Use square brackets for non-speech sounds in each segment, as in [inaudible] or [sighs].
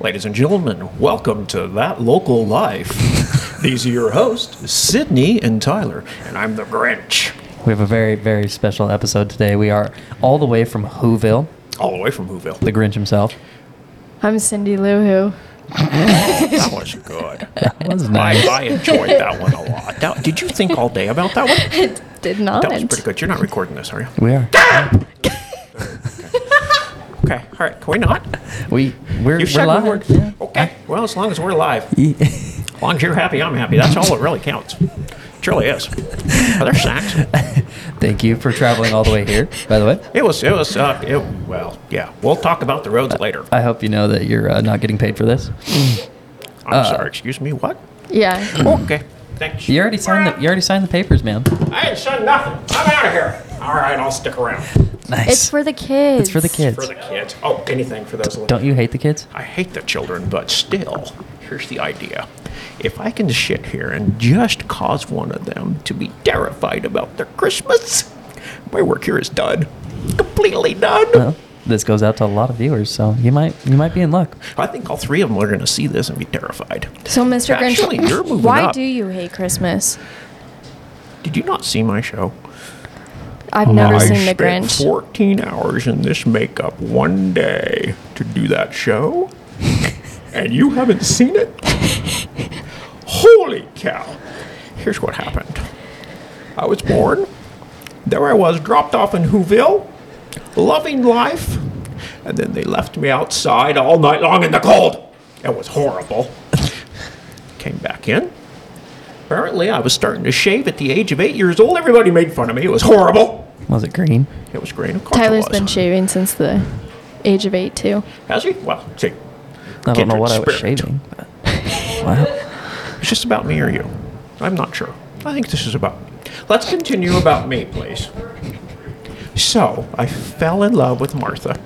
Ladies and gentlemen, welcome to That Local Life. These are your hosts, Sydney and Tyler, and I'm the Grinch. We have a very, very special episode today. We are all the way from Whoville, All the way from Whoville. the Grinch himself. I'm Cindy Lou Who. That was good. That was I, nice. I enjoyed that one a lot. That- did you think all day about that one? Did not. That was pretty good. You're not recording this, are you? We are. Okay. All right. Can we not? We we're, You we're said we live. were. Okay. Well, as long as we're alive, as long as you're happy, I'm happy. That's all that really counts. It really is. Are there snacks? Thank you for traveling all the way here. By the way, It was. It was. Uh, it, well, yeah. We'll talk about the roads later. I hope you know that you're uh, not getting paid for this. I'm Uh, sorry. Excuse me. What? [clears throat] Yeah. Okay. Thanks. You already signed the you already signed the papers, man. I ain't said nothing. I'm out of here. All right. I'll stick around Nice. It's for the kids. It's for the kids. for the kids. Oh, anything for those. Don't you hate the kids? I hate the children, but still, here's the idea. If I can sit here and just cause one of them to be terrified about their Christmas, my work here is done. Completely done. Well, this goes out to a lot of viewers, so you might you might be in luck. I think all three of them are going to see this and be terrified. So, Mr. Actually, Grinch, you're moving why up. do you hate Christmas? Did you not see my show? I've never I seen the spent Grinch. 14 hours in this makeup one day to do that [laughs] show, and you haven't seen it? Holy cow! Here's what happened I was born, there I was, dropped off in Whoville, loving life, and then they left me outside all night long in the cold. It was horrible. Came back in. Apparently, I was starting to shave at the age of eight years old. Everybody made fun of me. It was horrible. Was it green? It was green. Of course Tyler's it was. been shaving since the age of eight, too. Has he? Well, see, I don't know Kindred what I was spirit. shaving. but- [laughs] Wow. it's just about me or you. I'm not sure. I think this is about me. Let's continue about me, please. So, I fell in love with Martha.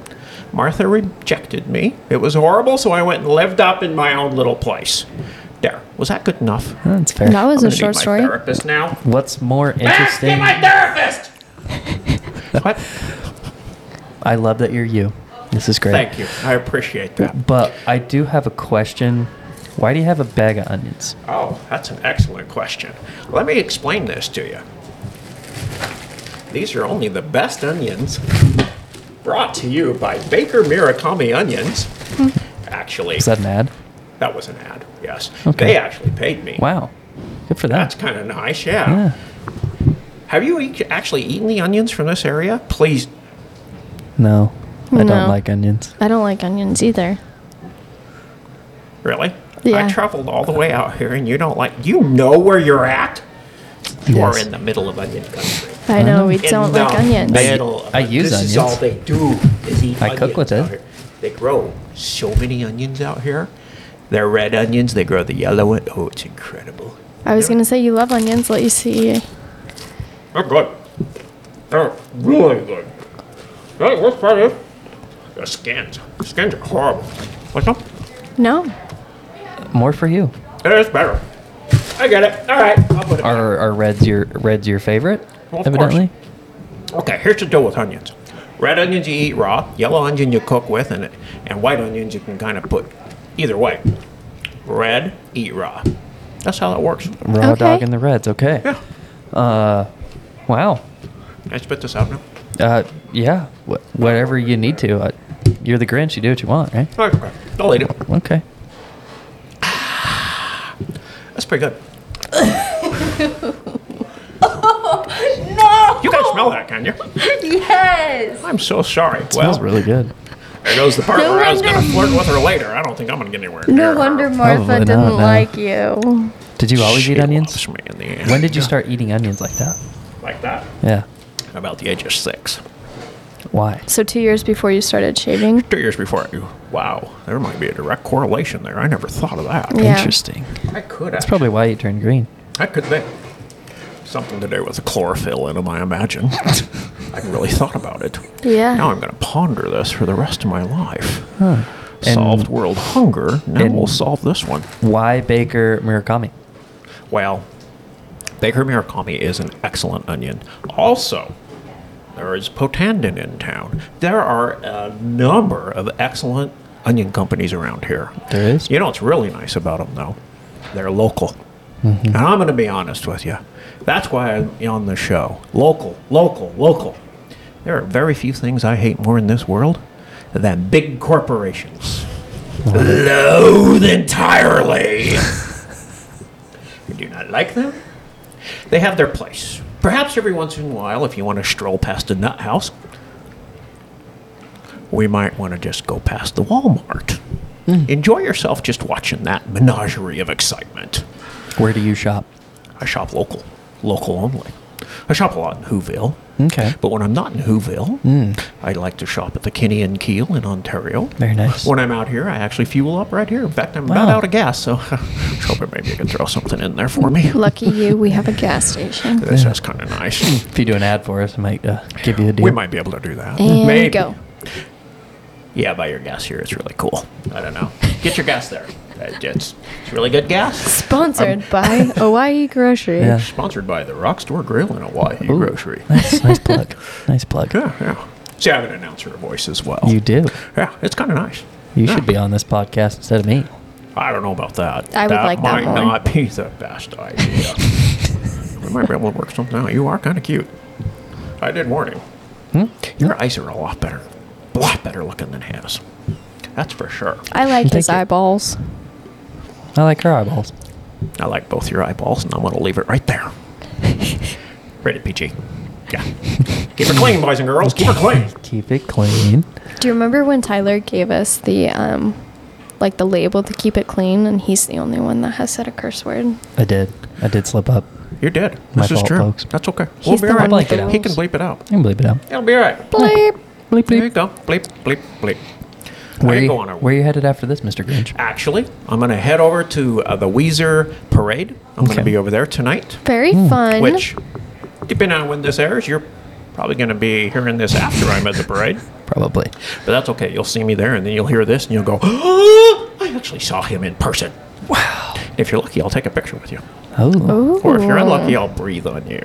Martha rejected me. It was horrible, so I went and lived up in my own little place. There. Was that good enough? That's fair. That was I'm gonna a short need my story. therapist now. What's more Ask interesting? my therapist! [laughs] what? I love that you're you. This is great. Thank you. I appreciate that. But I do have a question. Why do you have a bag of onions? Oh, that's an excellent question. Let me explain this to you. These are only the best onions brought to you by Baker Mirakami Onions. Actually, Is that an ad? that was an ad, yes. Okay. They actually paid me. Wow. Good for That's that. kind of nice, yeah. Yeah. Have you e- actually eaten the onions from this area? Please. No, I No. don't like onions. I don't like onions either. Really? I Yeah. traveled all the way out here and you don't like. You know where you're at? You are Yes. in the middle of onion country. I know we in don't the like onions. Middle of I it. use this Is all onions. they do is eat I cook onions with it. out here. They grow so many onions out here. They're red onions. They grow the yellow one. Oh, it's incredible. I was going to say you love onions. Let you see. They're good. They're really good. Hey, what's that? Is? The skins. The skins are horrible. What's up? No. More for you. It is better. I get it. All right. I'll put it. Are are reds your reds your favorite? Well, of evidently. Okay, here's the deal with onions. Red onions you eat raw, yellow onion you cook with, and, and white onions you can kind of put either way. Red, eat raw. That's how that works. Raw dog Okay. and the reds. Okay. Yeah. Wow. Can I spit this out now? Uh, yeah. Wh- whatever you need to. Uh, you're the Grinch. You do what you want, right? Okay, okay. I'll eat it. Okay. That's pretty [laughs] good. no! You can smell that, can you? Yes. I'm so sorry. Smells well, really good. there goes the part No where I was going to wonder- flirt with her later. I don't think I'm going to get anywhere near No her. wonder Probably Martha not, didn't no. like you. Did you always She eat onions? loves me in the end. When did you start eating onions like that? Like that. Yeah. About the age of six. Why? So, two years before you started shaving? Two years before you. Wow, there might be a direct correlation there. I never thought of that. Yeah. Interesting. I could. That's Mm. Probably why you turned green. That could be something to do with the chlorophyll in them. I imagine. I really thought about it. Yeah. Now I'm going to ponder this for the rest of my life. Solved world hunger. Now and- we'll solve this one. Why Baker Murakami? Well, Baker Mirakami is an excellent onion. Also, there is Potandin in town. There are a number of excellent onion companies around here. There is? You know what's really nice about them, though? They're local. Mm-hmm. And I'm going to be honest with you. That's why I'm on the show. Local, local, local. There are very few things I hate more in this world than big corporations. Loathe entirely. I do not like them. They have their place. Perhaps every once in a while, if you want to stroll past a nut house, we might want to just go past the Walmart. Hmm. Enjoy yourself just watching that menagerie of excitement. Where do you shop? I shop local, local only. I shop a lot in Whoville. Okay. Hmm. But when I'm not in Whoville, I like to shop at the Kinney and Keel in Ontario. Very nice. When I'm out here, I actually fuel up right here. In fact, I'm about Wow. out of gas, so [laughs] I was hoping maybe you could throw something in there for [laughs] me. Lucky you, we have a gas station. [laughs] This is kind of nice. If you do an ad for us, I might uh, give you a deal. We might be able to do that. And go. Yeah, buy your gas here. It's really cool. I don't know. Get your gas there. That- It's, it's really good gas. Sponsored by [laughs] Hawaii Grocery. Yeah. Sponsored by the Rock Store Grill in Hawaii Ooh, Grocery. [laughs] Nice, nice plug. Nice plug. Yeah, yeah. See, I have an announcer voice as well. You do. Yeah, it's kind of nice. You Yeah. should be on this podcast instead of me. I don't know about that. I would like that might more. not be the best [laughs] idea. we might be able to work something out. You are kind of cute. I did warn you. Hmm? Your eyes are a lot better, a lot better looking than his. That's for sure. I liked his Thank you. eyeballs. I like her eyeballs. I like both your eyeballs, and I'm going to leave it right [laughs] there. Rated PG. Yeah. Keep her clean, boys and girls. Oh, Keep her clean. Keep it clean. Do you remember when Tyler gave us the um like the label to keep it clean and he's the only one that has said a curse word? I did. I did slip up. You're dead. My this is fault, true. folks. That's okay. He's the all one I'll blank it who out. He can knows. bleep it out. I can bleep it out. It'll be all right. Bleep. Bleep, There you bleep. go. Bleep, bleep, bleep. Where I you, go on a- where you headed after this, Mr. Grinch? Actually, I'm going to head over to uh, the Weezer parade. I'm going Okay. to be over there tonight, Very fun. Hmm. which, depending on when this airs, you're probably going to be hearing this after I'm at the parade. [laughs] Probably. But that's okay. You'll see me there, and then you'll hear this, and you'll go, [gasps] oh, I actually saw him in person. Wow. If you're lucky, I'll take a picture with you. Oh. Ooh. Or if you're unlucky, [laughs] I'll breathe on you.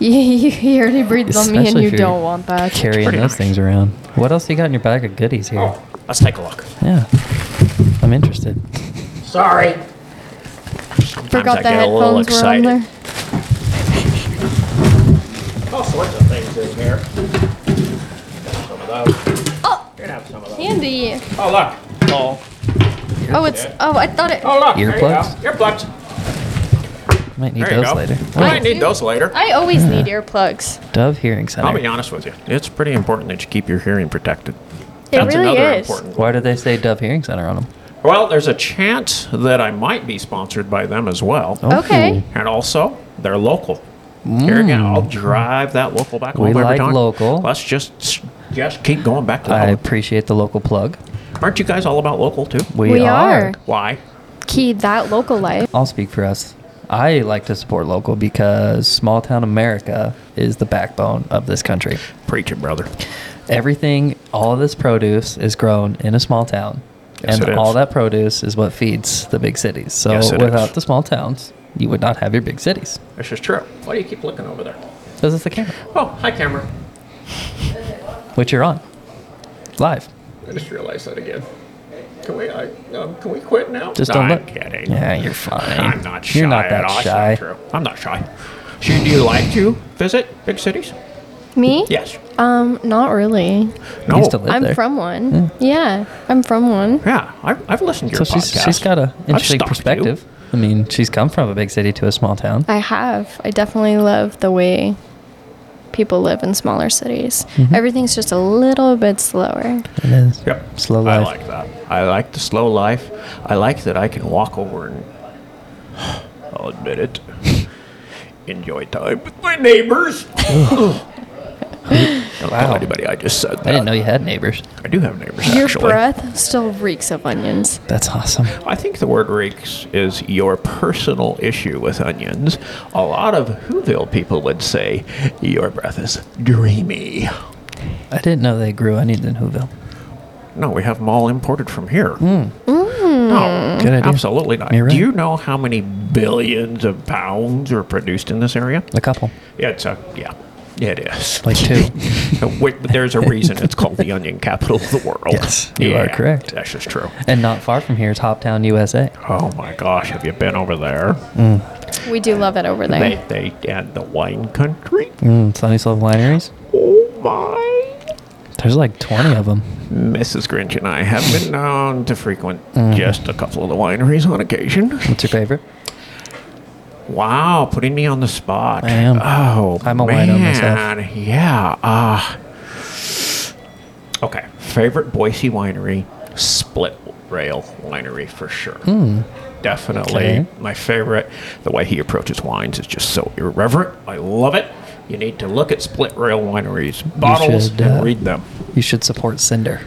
you, you already breathed on me and Especially you if you're don't want that. Carrying pretty those nice. things around. What else you got in your bag of goodies here? Oh, let's take a look. Yeah. I'm interested. Sorry. Forgot I the get a little headphones were on excited. there. All sorts of things in here. Some of those. Oh, You're gonna have some of those. candy. Oh, look. Oh, Oh, it's oh, I thought it. oh look. There you go. Earplugs? Earplugs. Might need There you those go. later. I might Oh, need those later. I always need earplugs. Dove Hearing Center. I'll be honest with you. It's pretty important that you keep your hearing protected. It really another is. important Why do they say Dove Hearing Center on them? Well, there's a chance that I might be sponsored by them as well. Oh. Okay. And also, they're local. Here again, I'll drive that local back Hmm. We home every like time. local. Let's just just keep going back to I local. appreciate the local plug. Aren't you guys all about local too? We, We are. Why? Key that local life. I'll speak for us. I like to support local because small town America is the backbone of this country. Preach it, brother. Everything, all of this produce is grown in a small town. Yes, and it all is. that produce is what feeds the big cities. So Yes, it without is. the small towns, you would not have your big cities. This is true. Why do you keep looking over there? This is the camera, Oh, hi, camera. which you're on live. I just realized that again. Can we? I, um, can we quit now? Just I'm don't look. kidding. Yeah, you're fine. I'm not shy. You're not at that all. It's shy. not true. I'm not shy. So, do you like to visit big cities? Me? Yes. Um, not really. No. Used to live I'm there. Hmm. from one. Yeah, I'm from one. Yeah, I've, I've listened to So your she's podcast. she's got a I've interesting stalked you. perspective. I mean, she's come from a big city to a small town. I have. I definitely love the way people live in smaller cities. Mm-hmm. Everything's just a little bit slower. It is Yep. slow I life. like that. I like the slow life. I like that I can walk over and, [sighs] I'll admit it, [laughs] enjoy time with my [laughs] neighbors. [laughs] Don't tell Wow. anybody I just said that. I didn't know you had neighbors. I do have neighbors, Your actually. breath still reeks of onions. That's awesome. I think the word reeks is your personal issue with onions. A lot of Whoville people would say your breath is dreamy. I didn't know they grew onions in Whoville. No, we have them all imported from here. Mm. No, Hmm. Good idea. absolutely not. You're right. Do you know how many billions of pounds are produced in this area? A couple. Yeah, it's a yeah. It is. Like [laughs] two. Wait, [laughs] but there's a reason it's called the onion capital of the world. [laughs] Yes, you are correct. That's just true. and not far from here is Hoptown, USA. Oh my gosh, have you been over there? We do love it over there. They, they and the wine country. Mm, Sunny Slope Wineries. Oh my. There's like 20 of them. Mrs. Grinch and I have been known to frequent just a couple of the wineries on occasion. What's your favorite? Wow, putting me on the spot. I am. Oh, I'm a man. wino myself. Yeah. Uh, okay. Favorite Boise winery? Split Rail Winery for sure. Definitely Hmm. Okay. my favorite. The way he approaches wines is just so irreverent. I love it. You need to look at Split Rail Wineries bottles should, and uh, read them. You should support Cinder.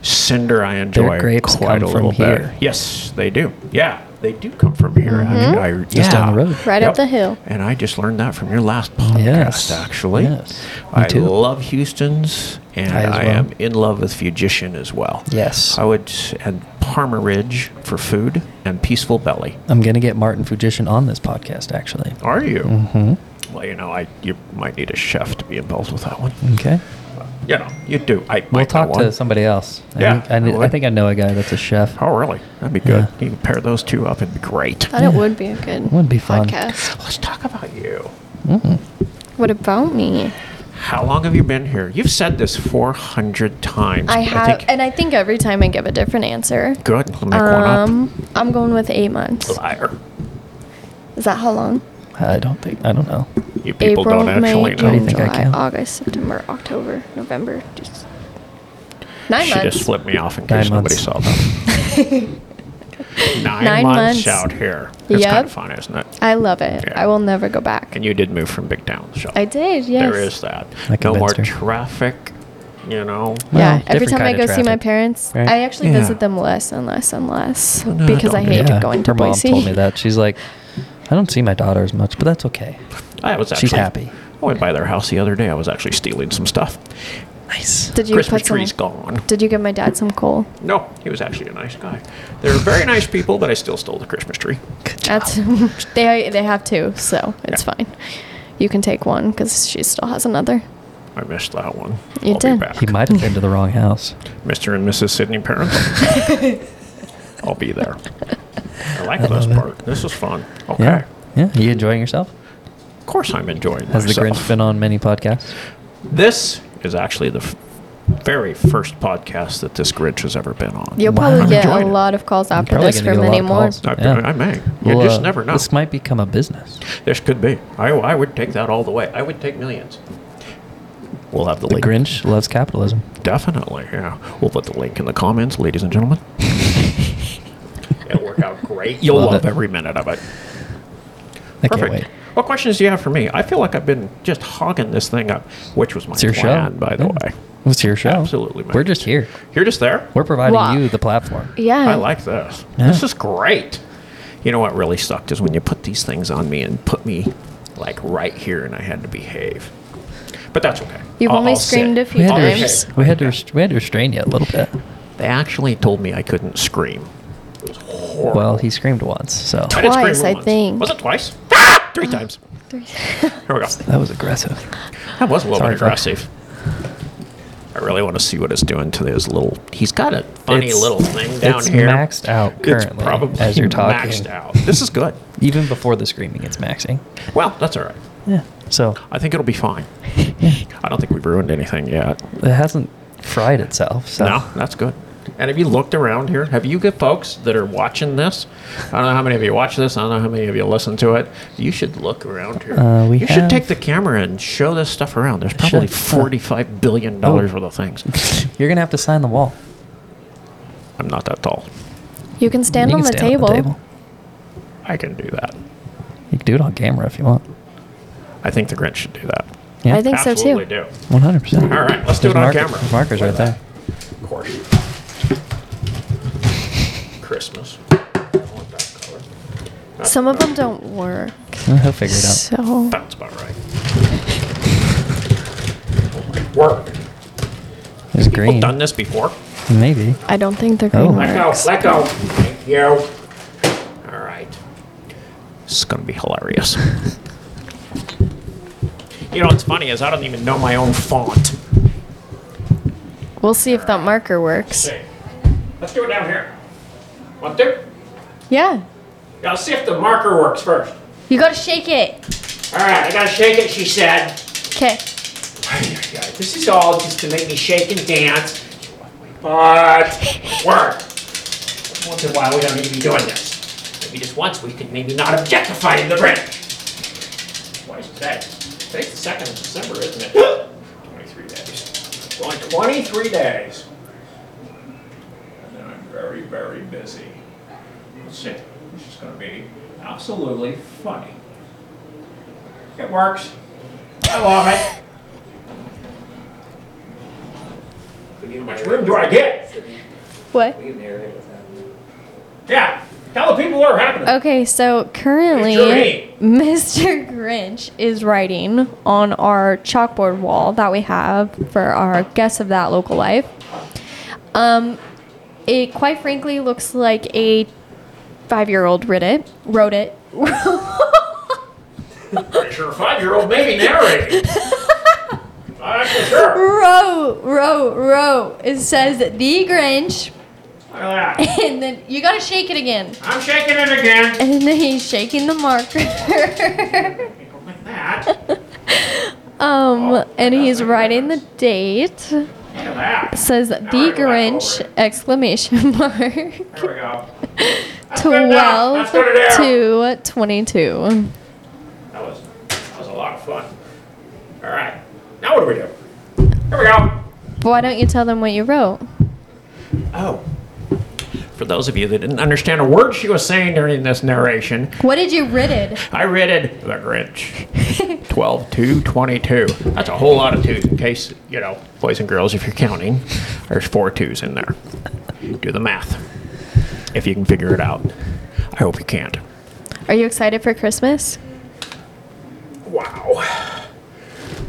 Cinder, I enjoy grapes quite come a from little bit. here. Yes, they do. Yeah, they do come from here. I, I, Just yeah. down the road. Mm-hmm. Right up the hill. And I just learned that from your last podcast, Yes. actually. Yes. Me I too. love Houston's, and I, I as well. am in love with Fugition as well. Yes. I would, and Parma Ridge for food, and Peaceful Belly. I'm going to get Martin Fujishin on this podcast, actually. Are you? Mm-hmm. Well, you know, I you might need a chef to be involved with that one. Okay. You know, you do. I We'll might know talk one. to somebody else. I Yeah, think- I, kn- I I would. think I know a guy that's a chef. Oh, really? That'd be good. Yeah. You can pair those two up. It'd be great. Thought it would be a good Would be fun. podcast. Let's talk about you. What about me? How long have you been here? You've said this 400 times. I have, think- and I think every time I give a different answer. good. Let me make one Um, I'm going with eight months. up. Liar. Is that how long? I don't think, I don't know. You people April, don't actually May, know. do you June, think I July, count? August, September, October, November. Just nine she months. just flipped me off in Nine case nobody months. saw that. [laughs] Nine, Nine months, months. out here. It's kind Yep. of fun, isn't it? I love it. Yeah. I will never go back. And you did move from big town, so I did. Yes. there is that. I No more convinced her. traffic, you know. Yeah, Well, every different time I kind go of see my traffic, parents, right? Oh, I actually Yeah. visit them less and less and less no, I because I, don't hate either. going to Her Boise. mom told me that. She's like, I don't see my daughter as much, but that's okay. I was actually She's happy. I went by their house the other day. I was actually stealing some stuff. Nice. Did you Christmas put some, tree's gone. Did you give my dad some coal? No, he was actually a nice guy. They're very nice people, but I still stole the Christmas tree. That's [laughs] they they have two, so it's Yeah. fine. You can take one because she still has another. I missed that one. You I'll Be did. back. He might have been to the wrong house. Mr. and Mrs. Sydney [laughs] parents. I'll be there. I like this love it. part. This is fun. Okay. Yeah. Yeah. You enjoying yourself? Of course, I'm enjoying Has the myself. Grinch been on many podcasts? This is actually the f- very first podcast that this Grinch has ever been on. You'll Wow. probably I'm get a enjoying it. lot of calls after probably this gonna get from a lot many of more. calls. I, Yeah. I may. You Well, just uh, never know. This, This might become a business. could be. I, I would take that all the way. I would take millions. We'll have the, The link. Grinch loves capitalism. Definitely, yeah. We'll put the link in the comments, ladies and gentlemen. It'll work out great. You'll Love love it. every minute of it. I Perfect. can't wait. What questions do you have for me? I feel like I've been just hogging this thing up, which was my It's your plan, show, by the Yeah. way. It's your show. Absolutely, man. We're just here. You're just there. We're providing Wow. you the platform. Yeah, I like this. Yeah. This is great. You know what really sucked is when you put these things on me and put me like right here, and I had to behave. But that's okay. You've only screamed a if few We you had, to Times. rest- we, had to rest- we had to restrain you a little bit. They actually told me I couldn't scream. It was horrible. Well, he screamed once, so I did Twice, I once. think. Was it twice? [laughs] Ah! Three times. Here we go. that was aggressive. That was a little Sorry, bit folks. aggressive. I really want to see what it's doing to his little. He's got a funny It's- little thing down it's here. maxed out currently it's probably as you're talking. maxed out. This is good. Even before the screaming, it's maxing. Well, that's all right. Yeah. So I think it'll be [laughs] fine. I don't think we've ruined anything yet. it hasn't fried itself. So No, that's good. And have you looked around here? Have you got folks that are watching this? I don't know how many of you watch this. I don't know how many of you listen to it. You should look around here. Uh, we you should have- take the camera and show this stuff around. There's probably Should. forty-five billion dollars worth of things. you're gonna have to sign the wall. I'm not that tall. you can stand, You on, can the stand table. on the table. I can do that. You can do it on camera if you want. I think the Grinch should do that. Yeah. I think Absolutely do. so too. One hundred percent. All right, let's do it on camera. Markers right there. Of course. Christmas. Some of them don't work, Uh, He'll figure it [laughs] out. so That's about right. Work. It's People green. done this before. Maybe. I don't think they're Oh. going Let Let to go. work. Let go. Thank you. All right. This is gonna be hilarious. You know what's funny is I don't even know my own font. We'll see if that marker works. Okay. Let's do it down here. Want to? Yeah. Gotta see if the marker works first. You gotta shake it. All right, I gotta shake it, she said. Okay. This is all just to make me shake and dance, but it worked. Once in a while, we don't need to be doing this. Maybe just once, we can maybe not objectify the branch. What is today? Today's the second of December, isn't it? [gasps] Twenty-three days. Going twenty-three days. And then I'm very, very busy. Let's see, this is gonna be absolutely funny. It works. I love it. How much room do I get? What? Yeah, tell the people what are happening. Okay, so currently, Mr. [laughs] Mr. Grinch is writing on our chalkboard wall that we have for our guess of that local life. Um, it quite frankly looks like a five-year-old writ it, wrote it. [laughs] Pretty sure a five-year-old maybe narrating. I'm for sure. row, row, row. It says the Grinch, [laughs] Look at that. and then you gotta shake it again. I'm shaking it again. And then he's shaking the marker. [laughs] Like that. Look um, and he's writing the date. at that. says the Grinch exclamation [laughs] mark There we go. That's good enough. twelve That's good enough. to twenty two. That was that was a lot of fun. All right. Now what do we do? Here we go. Why don't you tell them what you wrote? Oh. For those of you that didn't understand a word she was saying during this narration, What did you writted? I read it. The Grinch. 12, 2, 22. That's a whole lot of twos in case, you know, boys and girls, if you're counting, there's four twos in there. Do the math if you can figure it out. I hope you can't. Are you excited for Christmas? Wow.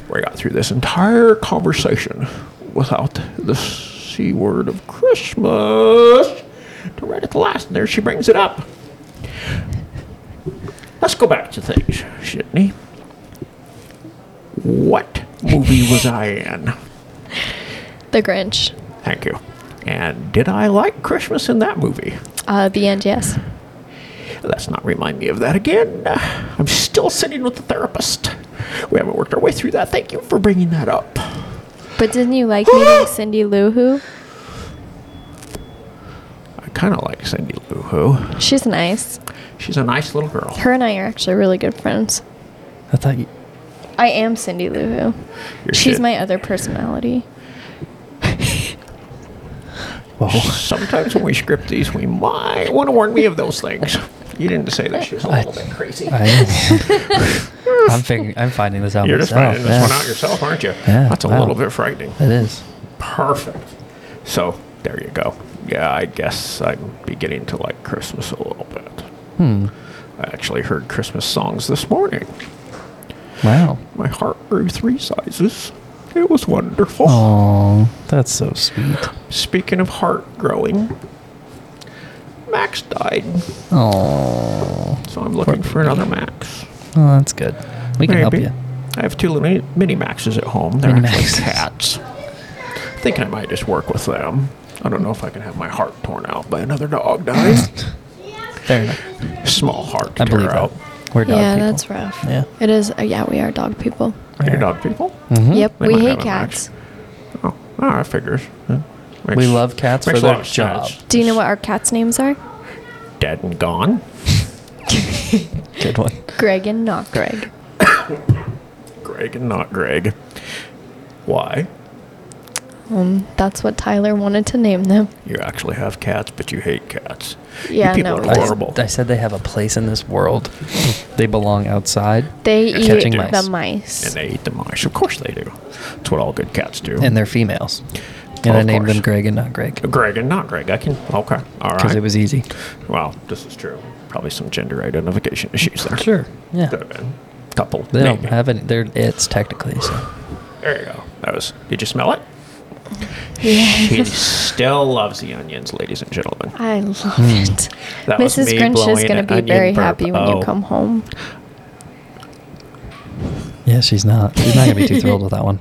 We got through this entire conversation without the C word of Christmas. To right at the last, and there she brings it up. Let's go back to things, Sydney. What movie was I in? The Grinch. Thank you. And did I like Christmas in that movie? Uh, the end. Yes. Let's not remind me of that again. I'm still sitting with the therapist. We haven't worked our way through that. Thank you for bringing that up. But didn't you [gasps] like meeting Cindy Lou Who? I kind of like Cindy Lou Who. She's nice. She's a nice little girl. Her and I are actually really good friends. I thought you, I am Cindy Lou Who. You're She's shit. my other personality. [laughs] whoa. Sometimes when we script these, we might want to warn me of those things. You didn't say that she was a I- little bit crazy. I, I'm figuring. I'm finding this out You're just myself. finding this one out yourself, aren't you? Yeah, That's a wow. little bit frightening. It is. Perfect. So there you go. Yeah, I guess I'm beginning to like Christmas a little bit. Hmm. I actually heard Christmas songs this morning. Wow. My heart grew three sizes. It was wonderful. Oh, that's so sweet. Speaking of heart growing, Max died, Oh, so I'm looking for another Max. well, that's good. We can help Maybe. you. I have two little mini Maxes at home. They're Mini actually Maxes. cats. Thinking I might just work with them. I don't know if I can have my heart torn out by another dog dying. [laughs] Fair enough. Small heart. I tear believe that. out. We're dog yeah, people. that's rough. Yeah. It is. Uh, yeah, we are dog people. Are you dog people? Mm-hmm. Yep. Hmm? They we might hate have a match. cats. Oh, all right, figures. Huh. Makes- We love cats makes for a lot their of job. sense. Do you know what our cats' names are? Dead and gone. [laughs] Good one. Greg and not Greg. Greg and not Greg. Why? Um, that's what Tyler wanted to name them. You actually have cats, but you hate cats. You Yeah, people no. are I, horrible. I said they have a place in this world. [laughs] they belong outside, They Yeah, eat catching the mice. mice. and they eat the mice. Of course they do. That's what all good cats do. and they're females. And Well, I of named course. them Greg and not Greg Greg and not Greg. I can. Okay. All because right. it was easy. well, this is true. Probably some gender identification issues there. Sure. Yeah. Could have been. Couple. They don't maybe. have any. They're it's technically. So. There you go. That was. Did you smell it? She still loves the onions, ladies and gentlemen. I love it. That was Mrs. me Grinch is blowing going an to be onion very burp. happy when Oh. you come home. Yeah, she's not. She's not gonna be too thrilled [laughs] with that one.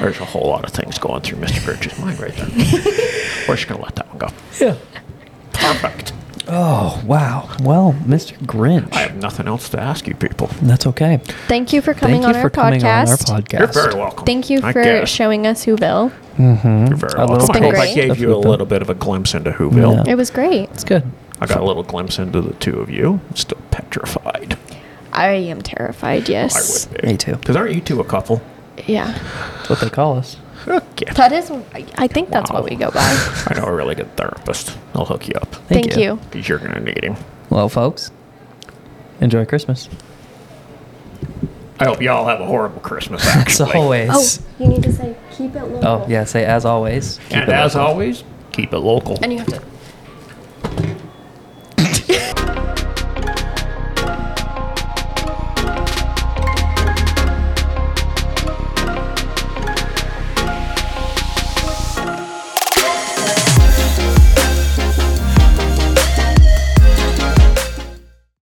There's a whole lot of things going through Mr. Birch's mind right [laughs] there. We're just going to let that one go. Yeah. Perfect. Oh wow. Well, Mr. Grinch. I have nothing else to ask you people. That's okay. Thank you for Thank coming, you on, for our coming podcast. on our podcast. You're very welcome. Thank you I for guess. showing us Whoville. You're very A little welcome. I hope I taste gave of you a Whoville. little bit of a glimpse into Whoville. Yeah. It was great. It's good. I got a little glimpse into the two of you. I'm still petrified. I am terrified. I Yes. would be. Me too. Because aren't you two a couple? Yeah. That's what they call us. Okay. That is. I think that's what Wow. we go by. I know a really good therapist. I'll hook you up. Thank Thank, you. you. Because you're going to need him. Well, folks, enjoy Christmas. I hope y'all have a horrible Christmas, actually. As Oh, always. you need to say keep it local. Oh, yeah. Say as always. And as always, keep it local. And you have to.